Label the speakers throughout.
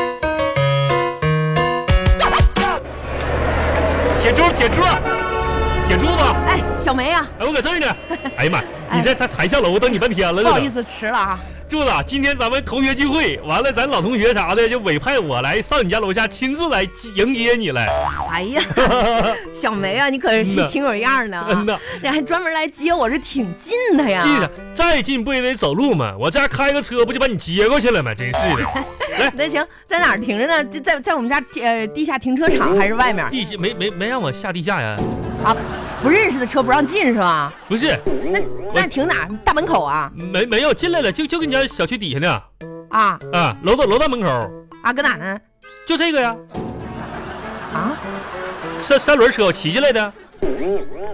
Speaker 1: 啊
Speaker 2: 霉啊！
Speaker 1: 哎，我搁这儿呢。 哎呀妈，你这才才下楼，我等你半天了。
Speaker 2: 不好意思，迟了啊。
Speaker 1: 柱子，今天咱们同学聚会，完了咱老同学啥的就委派我来上你家楼下亲自来迎接你来。
Speaker 2: 哎 呀，小梅啊，你可是
Speaker 1: 嗯呐
Speaker 2: 挺有样儿的
Speaker 1: 嗯
Speaker 2: 啊！
Speaker 1: 呐，
Speaker 2: 你还专门来接我，这挺近的呀。
Speaker 1: 近啊，再近不也得走路吗？我这样开个车不就把你接过去了吗？真是的，
Speaker 2: 那行，在哪儿停着呢？就在在我们家呃地下停车场还是外面？
Speaker 1: 地下没没没让我下地下呀？
Speaker 2: 不认识的车不让进是吧？
Speaker 1: 不是，
Speaker 2: 那那停哪儿？大门口啊？
Speaker 1: 没没有进来了，就就跟你家小区底下呢，
Speaker 2: 啊
Speaker 1: 啊，楼道楼道门口，
Speaker 2: 啊，搁哪儿呢？
Speaker 1: 就这个呀，
Speaker 2: 啊，
Speaker 1: 三三轮车我骑进来的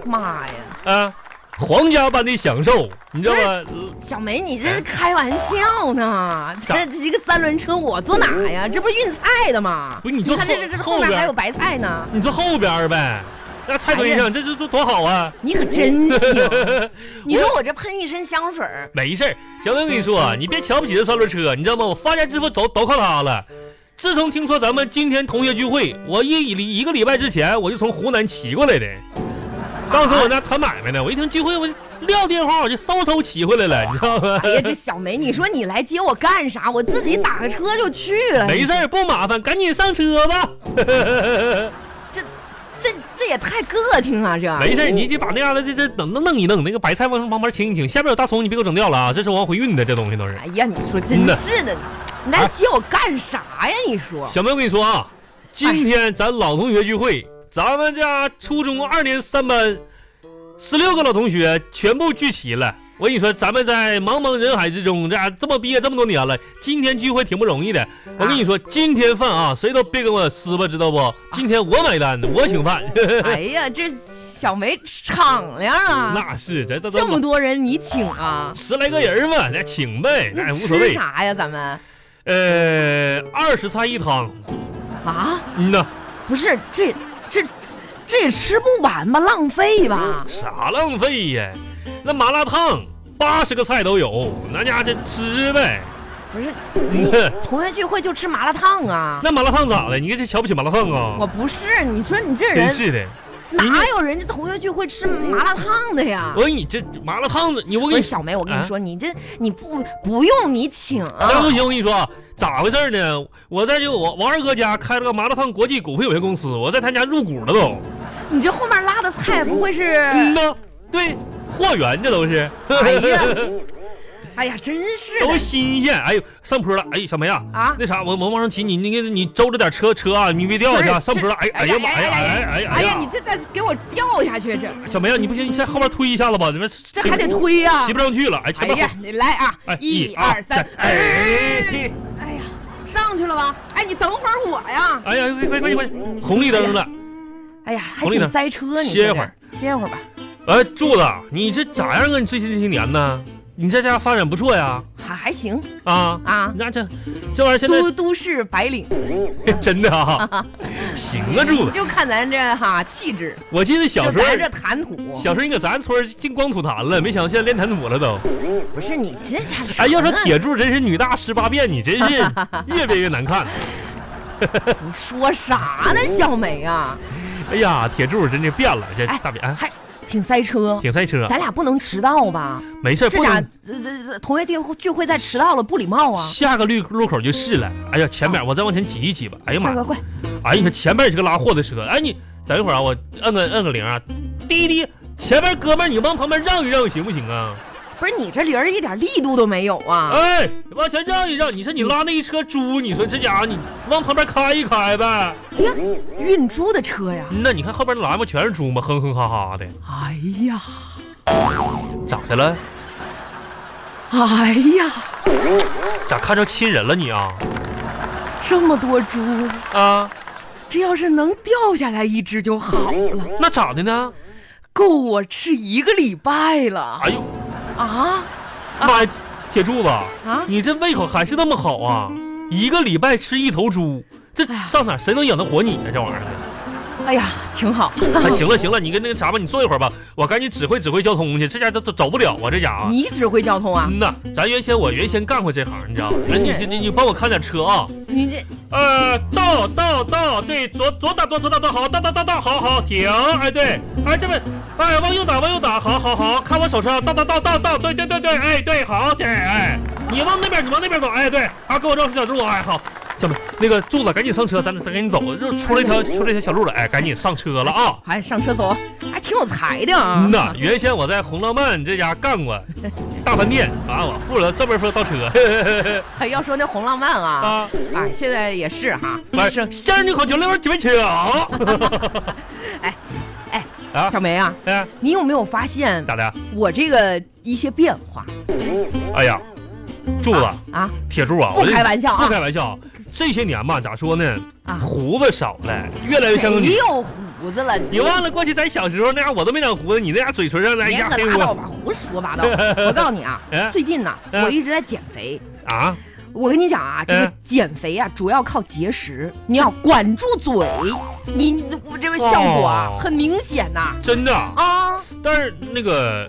Speaker 2: 妈呀！
Speaker 1: 啊，皇家般的享受，你知道吗？
Speaker 2: 小梅，你这是开玩笑呢？
Speaker 1: 咋
Speaker 2: 这这一个三轮车我坐哪呀？这不是运菜的吗？
Speaker 1: 不是你
Speaker 2: 你
Speaker 1: 坐
Speaker 2: 看
Speaker 1: 后
Speaker 2: 这这这
Speaker 1: 后
Speaker 2: 后面还有
Speaker 1: 边，
Speaker 2: 白菜呢，
Speaker 1: 你坐后边儿呗，那菜堆上，这这多多好啊！
Speaker 2: 你可真行！啊 你说我这喷一身香水儿，
Speaker 1: 没事儿，小邓跟你说，你别瞧不起这三轮车，你知道吗？我发家致富都都靠它了。自从听说咱们今天同学聚会，我一一一个礼拜之前我就从湖南骑过来的。当时我那谈买卖呢，我一听聚会，我就撂电话，我就嗖嗖骑回来了，你知道吗？
Speaker 2: 哎呀，这小梅，你说你来接我干啥？我自己打个车就去了。
Speaker 1: 没事儿，不麻烦，赶紧上车吧。
Speaker 2: 这这也太个挺啊，这
Speaker 1: 没事儿，你得把那样的这这弄弄弄一弄，那个白菜往旁边清一清，下边有大葱，你别给我整掉了啊！这是往回运的，这东西都是。
Speaker 2: 哎呀，你说真是的，你来
Speaker 1: 哎
Speaker 2: 接我干啥呀？你 说
Speaker 1: 小妹，我跟你说啊，今天咱老同学聚会，咱们家初中二年三班十六个老同学全部聚齐了。我跟你说，咱们在茫茫人海之中，这家这么毕业这么多年了，今天聚会挺不容
Speaker 2: 啊
Speaker 1: 易的。我跟你说，今天饭啊，谁都别跟我撕吧，知道不？今天我买单，我请饭。
Speaker 2: 哎呀，这小梅敞亮啊！
Speaker 1: 那是，咱都
Speaker 2: 这么
Speaker 1: 都
Speaker 2: 多人你请啊？
Speaker 1: 十来个人嘛，那请呗，那
Speaker 2: 那
Speaker 1: 无所谓
Speaker 2: 吃。啥呀？咱们
Speaker 1: 呃，二十菜一汤，
Speaker 2: 啊，
Speaker 1: 嗯呐，
Speaker 2: 不是这这这也吃不完吧？浪费吧？
Speaker 1: 啥浪费呀？那麻辣烫八十个菜都有，那家伙这吃呗。
Speaker 2: 不是
Speaker 1: 你
Speaker 2: 同学聚会就吃麻辣烫啊？
Speaker 1: 那麻辣烫咋的？你这瞧不起麻辣烫
Speaker 2: 我
Speaker 1: 啊？
Speaker 2: 不是，你说你这
Speaker 1: 真
Speaker 2: 人啊
Speaker 1: 是的，
Speaker 2: 哪有人家同学聚会吃麻辣烫的呀？
Speaker 1: 我给你这麻辣烫子，你我
Speaker 2: 不
Speaker 1: 给
Speaker 2: 是
Speaker 1: 你，
Speaker 2: 小梅，我跟你
Speaker 1: 啊
Speaker 2: 说，你这你不不用你请
Speaker 1: 那
Speaker 2: 啊
Speaker 1: 不行，我跟你说啊，咋回事呢？我在这我我二哥家开了个麻辣烫国际股份有限公司，我在他家入股了都。
Speaker 2: 你这后面拉的菜不会是？
Speaker 1: 嗯呐，对，货源这都是，
Speaker 2: 哎 呀，哎呀，真是
Speaker 1: 都
Speaker 2: 的
Speaker 1: 新鲜。哎呦，上坡了，哎呦，小梅啊，
Speaker 2: 啊！
Speaker 1: 那啥，我我往上骑，你那个你周着点车车啊，你别掉下去啊，
Speaker 2: 不是
Speaker 1: 上坡了，哎
Speaker 2: 这
Speaker 1: 哎呀妈呀，哎哎
Speaker 2: 哎呀，你这再给我掉下去，这
Speaker 1: 小梅啊，你不行，你先后边推一下子吧，你们
Speaker 2: 这还得推呀、
Speaker 1: 骑不上去了，哎，
Speaker 2: 哎
Speaker 1: 前面
Speaker 2: 呀，你来啊
Speaker 1: 哎！
Speaker 2: 一
Speaker 1: 一
Speaker 2: 二
Speaker 1: 二
Speaker 2: 三
Speaker 1: 三，
Speaker 2: 哎
Speaker 1: 哎，
Speaker 2: 哎呀，上去了吧？哎，你等会儿我呀！
Speaker 1: 哎呀，快快快快，红绿灯了，
Speaker 2: 哎呀，还
Speaker 1: 红绿
Speaker 2: 挺
Speaker 1: 灯
Speaker 2: 塞车，你
Speaker 1: 歇
Speaker 2: 这
Speaker 1: 会儿，
Speaker 2: 歇会儿吧。
Speaker 1: 哎，柱子，你这咋样啊？你最近这些年呢？你在家发展不错呀，
Speaker 2: 还还行
Speaker 1: 啊，
Speaker 2: 啊
Speaker 1: 你，看这这玩意儿现
Speaker 2: 都都市白领，
Speaker 1: 在 真的啊，行啊，柱
Speaker 2: 你
Speaker 1: 子，
Speaker 2: 就看咱这哈气质，
Speaker 1: 我记得
Speaker 2: 就
Speaker 1: 小时候
Speaker 2: 咱。这谈吐，
Speaker 1: 小时候你搁咱村儿进光土坛了，没想到现在练谈吐了都。
Speaker 2: 不是你这啥？
Speaker 1: 哎，要说铁柱真是女大十八变，你真 是越变越难看。
Speaker 2: 你说啥
Speaker 1: 哦
Speaker 2: 呢，小梅啊？
Speaker 1: 哎呀，铁柱真是变了，这
Speaker 2: 哎
Speaker 1: 大变哎
Speaker 2: 还挺塞车，
Speaker 1: 挺塞车。
Speaker 2: 咱俩不能迟到吧？
Speaker 1: 没事儿，
Speaker 2: 这
Speaker 1: 不
Speaker 2: 俩
Speaker 1: 能
Speaker 2: 这这这同学聚会聚会再迟到了不礼貌啊！
Speaker 1: 下个绿路口就是了。哎呀，前面我再往前挤一挤吧。哎呀妈
Speaker 2: 哦快
Speaker 1: 呀！
Speaker 2: 快快！
Speaker 1: 哎呀，前面也是个拉货的车。哎，你等一会儿啊，我摁个摁个铃啊，滴滴。前面哥们儿，你往旁边让一让行不行啊？
Speaker 2: 不是你这铃儿一点力度都没有啊！
Speaker 1: 哎，往前让一让。你说你拉那一车猪，你说这家伙你往旁边开一开呗。
Speaker 2: 哎呀，运猪的车呀！
Speaker 1: 那你看后边那栏目全是猪吗？哼哼哈哈的，
Speaker 2: 哎呀，
Speaker 1: 咋的了？
Speaker 2: 哎呀，
Speaker 1: 咋看着亲人了你啊？
Speaker 2: 这么多猪，
Speaker 1: 啊，
Speaker 2: 这要是能掉下来一只就好了，
Speaker 1: 那咋的呢？
Speaker 2: 够我吃一个礼拜了
Speaker 1: 哎呦，
Speaker 2: 啊
Speaker 1: 妈呀，铁柱子，
Speaker 2: 啊！
Speaker 1: 你这胃口还是那么好啊！一个礼拜吃一头猪，这
Speaker 2: 哎呀
Speaker 1: 上哪儿谁能养得活你啊？这玩意儿呢？
Speaker 2: 哎呀，挺好。
Speaker 1: 哎，行了行了，你跟那个啥吧，你坐一会儿吧，我赶紧指挥指挥交通去，这家都都走不了啊，这家啊。
Speaker 2: 你指挥交通啊？
Speaker 1: 嗯呐，咱原先我原先干过这行，你知道吗？那你你你帮我看点车啊。
Speaker 2: 你这
Speaker 1: 呃，到到到，对，左左打多，左打多，好，到到到到，好好停，哎对，哎这边，哎往右打，往右打，好好好，看我手上，到到到到到，对对对对，哎对，好对，哎，你往那边，你往那边走，哎对，啊给我绕出小路，哎好，小妹，那个柱子赶紧上车，咱咱赶紧走，就出了一条出了一条小路了，哎赶紧上车了啊。
Speaker 2: 哎上厕所还挺有才的啊
Speaker 1: 嗯。呐，原先我在红浪漫这家干过大饭店，啊，我付了专门付了倒车，嘿嘿嘿嘿
Speaker 2: 哎 要说那红浪漫啊，
Speaker 1: 啊，
Speaker 2: 哎现在也是哈。
Speaker 1: 完事，先生你好，酒那边几杯请啊？啊
Speaker 2: 小梅啊，
Speaker 1: 哎，
Speaker 2: 你有没有发现
Speaker 1: 咋的？
Speaker 2: 我这个一些变化？
Speaker 1: 哎呀，柱子，
Speaker 2: 啊，
Speaker 1: 铁柱啊，
Speaker 2: 不
Speaker 1: 这
Speaker 2: 开玩笑
Speaker 1: 不
Speaker 2: 啊
Speaker 1: 开玩笑，这些年吧，咋说呢，
Speaker 2: 啊，哎
Speaker 1: 胡子少了，越来越像个
Speaker 2: 谁
Speaker 1: 女。
Speaker 2: 有胡子了？
Speaker 1: 你忘了过去咱小时候那家我都没长胡子，你那家嘴唇上那
Speaker 2: 别
Speaker 1: 一压
Speaker 2: 可
Speaker 1: 黑
Speaker 2: 拉倒
Speaker 1: 我
Speaker 2: 吧，胡说八 道！我告诉你啊
Speaker 1: 哎，
Speaker 2: 最近呢，
Speaker 1: 哎
Speaker 2: 我一直在减肥。
Speaker 1: 啊？
Speaker 2: 我跟你讲啊，这个
Speaker 1: 哎
Speaker 2: 减肥啊，主要靠节食，你要管住嘴。你你我这个效果啊
Speaker 1: 哦，
Speaker 2: 很明显呐。
Speaker 1: 真的，
Speaker 2: 啊
Speaker 1: 但是那个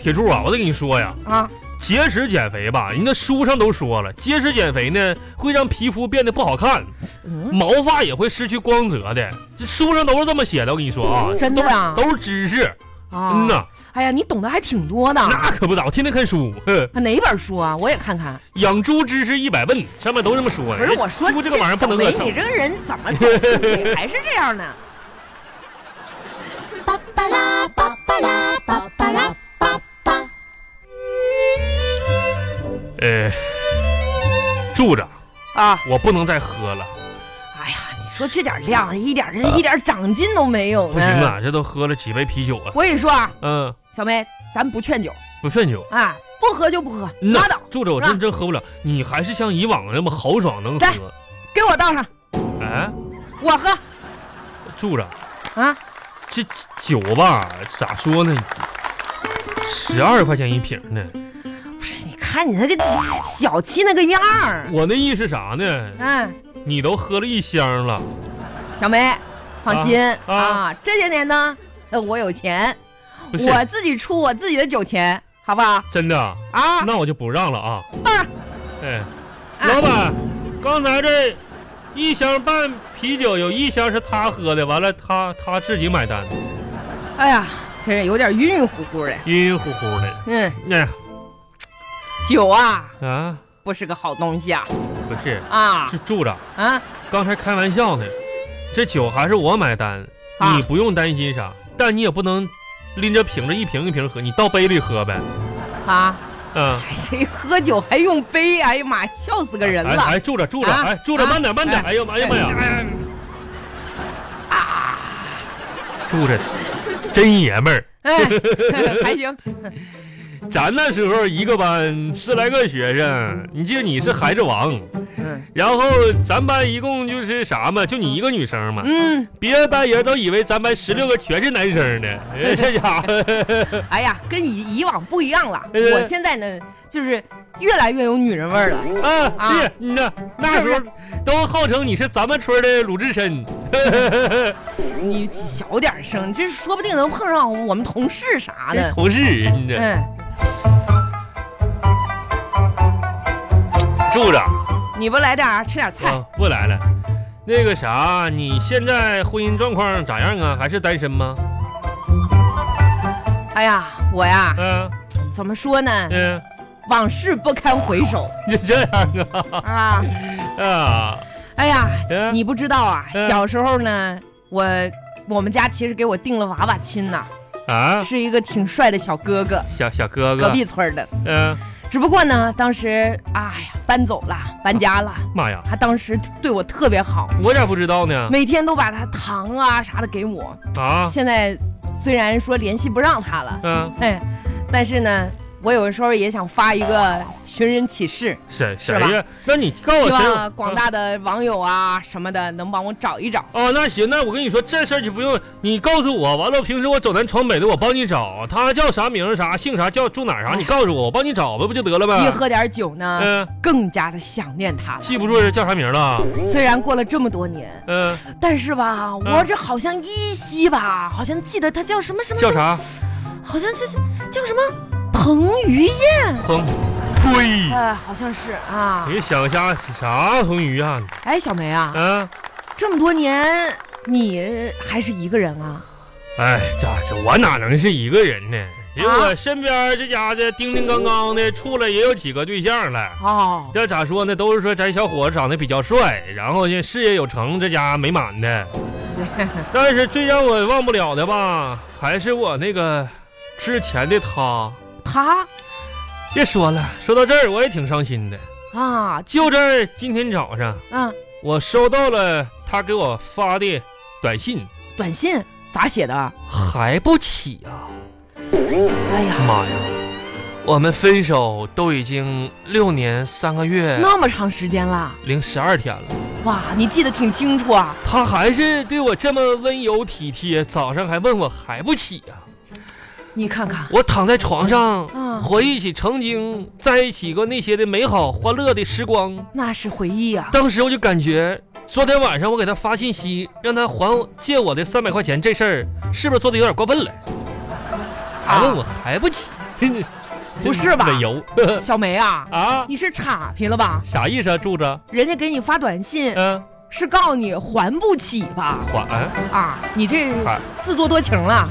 Speaker 1: 铁柱啊，我得跟你说呀，
Speaker 2: 啊，
Speaker 1: 节食减肥吧，人家书上都说了，节食减肥呢会让皮肤变得不好看，
Speaker 2: 嗯，
Speaker 1: 毛发也会失去光泽的，这书上都是这么写的。我跟你说啊，
Speaker 2: 真的啊
Speaker 1: 都是都是知识。嗯
Speaker 2: 啊，
Speaker 1: 呐，
Speaker 2: 哎呀，你懂得还挺多的。
Speaker 1: 那可不咋，我天天看书，哼，
Speaker 2: 啊哪本书啊？我也看看。
Speaker 1: 养猪知识一百问，上面都这么说
Speaker 2: 不
Speaker 1: 呢。
Speaker 2: 是我说
Speaker 1: 猪哎这个玩意儿不
Speaker 2: 小
Speaker 1: 能
Speaker 2: 梅
Speaker 1: 乱，
Speaker 2: 你
Speaker 1: 蹭
Speaker 2: 这个人怎么总是你还是这样 呢？
Speaker 3: 巴巴拉巴巴拉巴巴拉巴巴。
Speaker 1: 呃，住着，
Speaker 2: 啊，
Speaker 1: 我不能再喝了，
Speaker 2: 哎呀，你说这点量，一点一点长进都没有呢。
Speaker 1: 啊不行！啊，这都喝了几杯啤酒啊。
Speaker 2: 我跟你说啊，
Speaker 1: 嗯，
Speaker 2: 小梅，咱不劝酒
Speaker 1: 不劝酒。
Speaker 2: 啊，不喝就不喝，
Speaker 1: 嗯
Speaker 2: 拉倒，
Speaker 1: 住着，我
Speaker 2: 是
Speaker 1: 真
Speaker 2: 吧
Speaker 1: 真喝不了。你还是像以往那么豪爽能
Speaker 2: 来
Speaker 1: 喝。
Speaker 2: 给我倒上，
Speaker 1: 哎，
Speaker 2: 我喝
Speaker 1: 住着。
Speaker 2: 啊。
Speaker 1: 这酒吧咋说呢？十二块钱一瓶呢。
Speaker 2: 不是，你看你那个小气那个样儿，
Speaker 1: 我那意思啥呢？
Speaker 2: 嗯，
Speaker 1: 你都喝了一箱了，
Speaker 2: 小梅，放心
Speaker 1: 啊
Speaker 2: 啊，这些年呢，呃我有钱，
Speaker 1: 不是
Speaker 2: 我自己出我自己的酒钱，好不好？
Speaker 1: 真的？
Speaker 2: 啊，
Speaker 1: 那我就不让了啊！
Speaker 2: 爸
Speaker 1: 哎，
Speaker 2: 啊
Speaker 1: 老板，刚才这一箱半啤酒有一箱是他喝的，完了他他自己买单的，
Speaker 2: 哎呀，这是有点晕晕乎乎的，
Speaker 1: 晕晕乎乎的。
Speaker 2: 嗯，
Speaker 1: 哎呀
Speaker 2: 酒啊，
Speaker 1: 啊，
Speaker 2: 不是个好东西啊，
Speaker 1: 不是，
Speaker 2: 啊
Speaker 1: 是住着，
Speaker 2: 啊，
Speaker 1: 刚才开玩笑呢，这酒还是我买单，
Speaker 2: 啊
Speaker 1: 你不用担心啥，但你也不能拎着瓶子一瓶一瓶喝，你倒杯里喝呗。
Speaker 2: 啊！
Speaker 1: 嗯，
Speaker 2: 哎，谁喝酒还用杯？哎呀妈，呀，笑死个人
Speaker 1: 哎
Speaker 2: 了！
Speaker 1: 哎，住着住着，
Speaker 2: 啊
Speaker 1: 哎，住着，
Speaker 2: 啊
Speaker 1: 慢点慢点，
Speaker 2: 哎
Speaker 1: 哎呦哎呀妈呀！
Speaker 2: 哎啊，
Speaker 1: 住着，真爷们儿。
Speaker 2: 哎，还行，
Speaker 1: 咱那时候一个班十来个学生，你记得你是孩子王，
Speaker 2: 嗯
Speaker 1: 然后咱班一共就是啥嘛，就你一个女生嘛，
Speaker 2: 嗯，
Speaker 1: 别的班人都以为咱班十六个全是男生 呢，哎这家伙，
Speaker 2: 哎呀，跟以以往不一样了。
Speaker 1: 哎
Speaker 2: 我现在呢，就是越来越有女人味儿了。
Speaker 1: 啊，
Speaker 2: 啊
Speaker 1: 是你呢，那时候都号称你是咱们村的鲁智深，
Speaker 2: 你小点声，这说不定能碰上我们同事啥的。
Speaker 1: 同事，你这
Speaker 2: 嗯，
Speaker 1: 住 着
Speaker 2: 你不来点儿吃点菜？
Speaker 1: 啊，不来了。那个啥，你现在婚姻状况咋样啊？还是单身吗？
Speaker 2: 哎呀，我呀，
Speaker 1: 嗯
Speaker 2: 怎么说呢？
Speaker 1: 嗯，
Speaker 2: 往事不堪回首
Speaker 1: 你这样啊
Speaker 2: 啊！
Speaker 1: 啊，
Speaker 2: 哎呀，
Speaker 1: 嗯
Speaker 2: 你不知道啊，
Speaker 1: 嗯
Speaker 2: 小时候呢，我我们家其实给我定了娃娃亲呐、
Speaker 1: 啊，
Speaker 2: 是一个挺帅的小哥哥，
Speaker 1: 小小哥哥，
Speaker 2: 隔壁村儿的。
Speaker 1: 嗯，
Speaker 2: 只不过呢，当时哎呀搬走了，搬家了，
Speaker 1: 妈呀，
Speaker 2: 他当时对我特别好，
Speaker 1: 我咋不知道呢？
Speaker 2: 每天都把他糖啊啥的给我。
Speaker 1: 啊，
Speaker 2: 现在虽然说联系不上他了，
Speaker 1: 嗯、
Speaker 2: 哎，但是呢，我有时候也想发一个寻人启事，
Speaker 1: 谁谁
Speaker 2: 是吧
Speaker 1: 呀？那你告诉我
Speaker 2: 希
Speaker 1: 谁有？
Speaker 2: 望啊广大的网友啊什么的能帮我找一找。
Speaker 1: 哦，那行，那我跟你说这事儿就不用你告诉我。完了，平时我走南闯北的，我帮你找，他叫啥名儿啥姓啥叫住哪儿啥，你告诉我，我帮你找呗，不就得了
Speaker 2: 一
Speaker 1: 呗？
Speaker 2: 喝点酒呢，
Speaker 1: 嗯、
Speaker 2: 更加的想念他了。
Speaker 1: 记不住人叫啥名儿了？
Speaker 2: 虽然过了这么多年，
Speaker 1: 嗯、
Speaker 2: 但是吧，我这好像依稀吧，好像记得他叫什么什么，
Speaker 1: 叫啥？
Speaker 2: 好像是叫什么彭于晏，
Speaker 1: 彭飞。
Speaker 2: 哎，好像是啊。
Speaker 1: 你想啥啥彭于晏呢？
Speaker 2: 哎，小梅啊，
Speaker 1: 啊，
Speaker 2: 这么多年你还是一个人啊？
Speaker 1: 哎，这这我哪能是一个人呢？因为
Speaker 2: 啊
Speaker 1: 我身边这家的叮叮当当的，处了也有几个对象了。
Speaker 2: 哦，
Speaker 1: 这咋说呢？都是说咱小伙子长得比较帅，然后呢事业有成，这家美满 的。但是最让我忘不了的吧，还是我那个之前的他。
Speaker 2: 他
Speaker 1: 别说了，说到这儿我也挺伤心的。
Speaker 2: 啊，
Speaker 1: 就在今天早上，
Speaker 2: 嗯，
Speaker 1: 我收到了他给我发的短信，
Speaker 2: 短信咋写的？
Speaker 1: 还不起啊！
Speaker 2: 哎呀，
Speaker 1: 妈呀，我们分手都已经六年三个月
Speaker 2: 那么长时间了，
Speaker 1: 零十二天了。
Speaker 2: 哇，你记得挺清楚啊。
Speaker 1: 他还是对我这么温柔体贴，早上还问我还不起呀、
Speaker 2: 你看看，
Speaker 1: 我躺在床上，
Speaker 2: 啊
Speaker 1: 回忆起曾经在一起过那些的美好欢乐的时光。
Speaker 2: 那是回忆啊。
Speaker 1: 当时我就感觉，昨天晚上我给他发信息，让他还我借我的三百块钱这事儿，是不是做的有点过分了？还问我还不起，
Speaker 2: 啊 不是吧
Speaker 1: 真没油
Speaker 2: 小梅啊，
Speaker 1: 啊？
Speaker 2: 你是岔劈了吧？
Speaker 1: 啥意思啊，柱子？
Speaker 2: 人家给你发短信
Speaker 1: 嗯、
Speaker 2: 是告诉你还不起吧？
Speaker 1: 还还
Speaker 2: 啊，你这
Speaker 1: 还
Speaker 2: 自作多情了，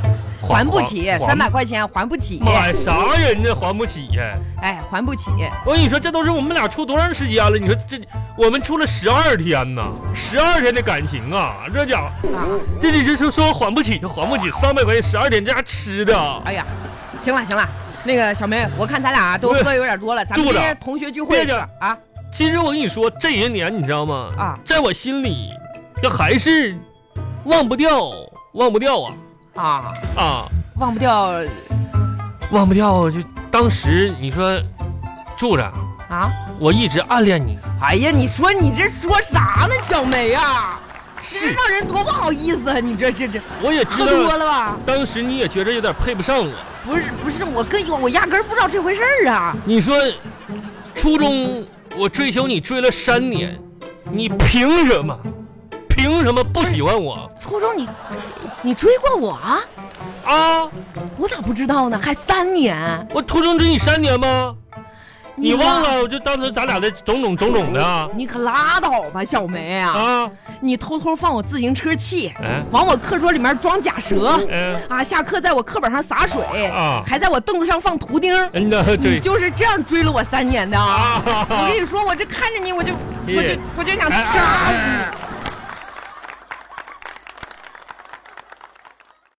Speaker 2: 还不起
Speaker 1: 还
Speaker 2: 三百块钱，还不起，
Speaker 1: 妈呀，啥人呢？还不起呀、
Speaker 2: 哎，还不起。
Speaker 1: 我跟你说，这都是我们俩处多长时间了？你说这我们处了十二天呢，十二天的感情啊，这家伙，
Speaker 2: 啊，
Speaker 1: 这你这说说还不起就还不起，三百块钱十二天，这家吃的，啊
Speaker 2: 哎呀，行了行了，那个小梅，我看咱俩都
Speaker 1: 不是
Speaker 2: 喝得有点多了，咱们
Speaker 1: 住着
Speaker 2: 今天同学聚会
Speaker 1: 别
Speaker 2: 是
Speaker 1: 着
Speaker 2: 吧？啊
Speaker 1: 其实我跟你说，这些年你知道吗？
Speaker 2: 啊
Speaker 1: 在我心里，这还是忘不掉，忘不掉啊
Speaker 2: 啊，
Speaker 1: 啊，
Speaker 2: 忘不掉
Speaker 1: 忘不掉！就当时你说，柱子，
Speaker 2: 啊！
Speaker 1: 我一直暗恋你，
Speaker 2: 哎呀，你说你这说啥呢，小梅啊？这
Speaker 1: 是，
Speaker 2: 让人多不好意思啊！你这这这
Speaker 1: 我也知
Speaker 2: 喝多
Speaker 1: 道，
Speaker 2: 了吧？
Speaker 1: 当时你也觉着有点配不上我。
Speaker 2: 不是不是，我跟我压根儿不知道这回事儿啊！
Speaker 1: 你说，初中我追求你追了三年，你凭什么？凭什么不喜欢我
Speaker 2: 初中你你追过我啊？
Speaker 1: 啊？
Speaker 2: 我咋不知道呢？还三年，
Speaker 1: 我初中追你三年吗？你忘
Speaker 2: 啊？
Speaker 1: 了？我就当时咱俩的种种种种的啊
Speaker 2: 你可拉倒吧，小梅啊！
Speaker 1: 啊！
Speaker 2: 你偷偷放我自行车气，
Speaker 1: 嗯
Speaker 2: 往我课桌里面装假蛇，
Speaker 1: 嗯
Speaker 2: 啊，下课在我课本上洒水，
Speaker 1: 啊
Speaker 2: 还在我凳子上放图钉，
Speaker 1: 嗯，那
Speaker 2: 你
Speaker 1: 对
Speaker 2: 就是这样追了我三年的。
Speaker 1: 啊！
Speaker 2: 我跟你说，我这看着你，我就我
Speaker 1: 耶
Speaker 2: 就我就想
Speaker 1: 哎哎
Speaker 2: 掐
Speaker 1: 哎
Speaker 2: 你。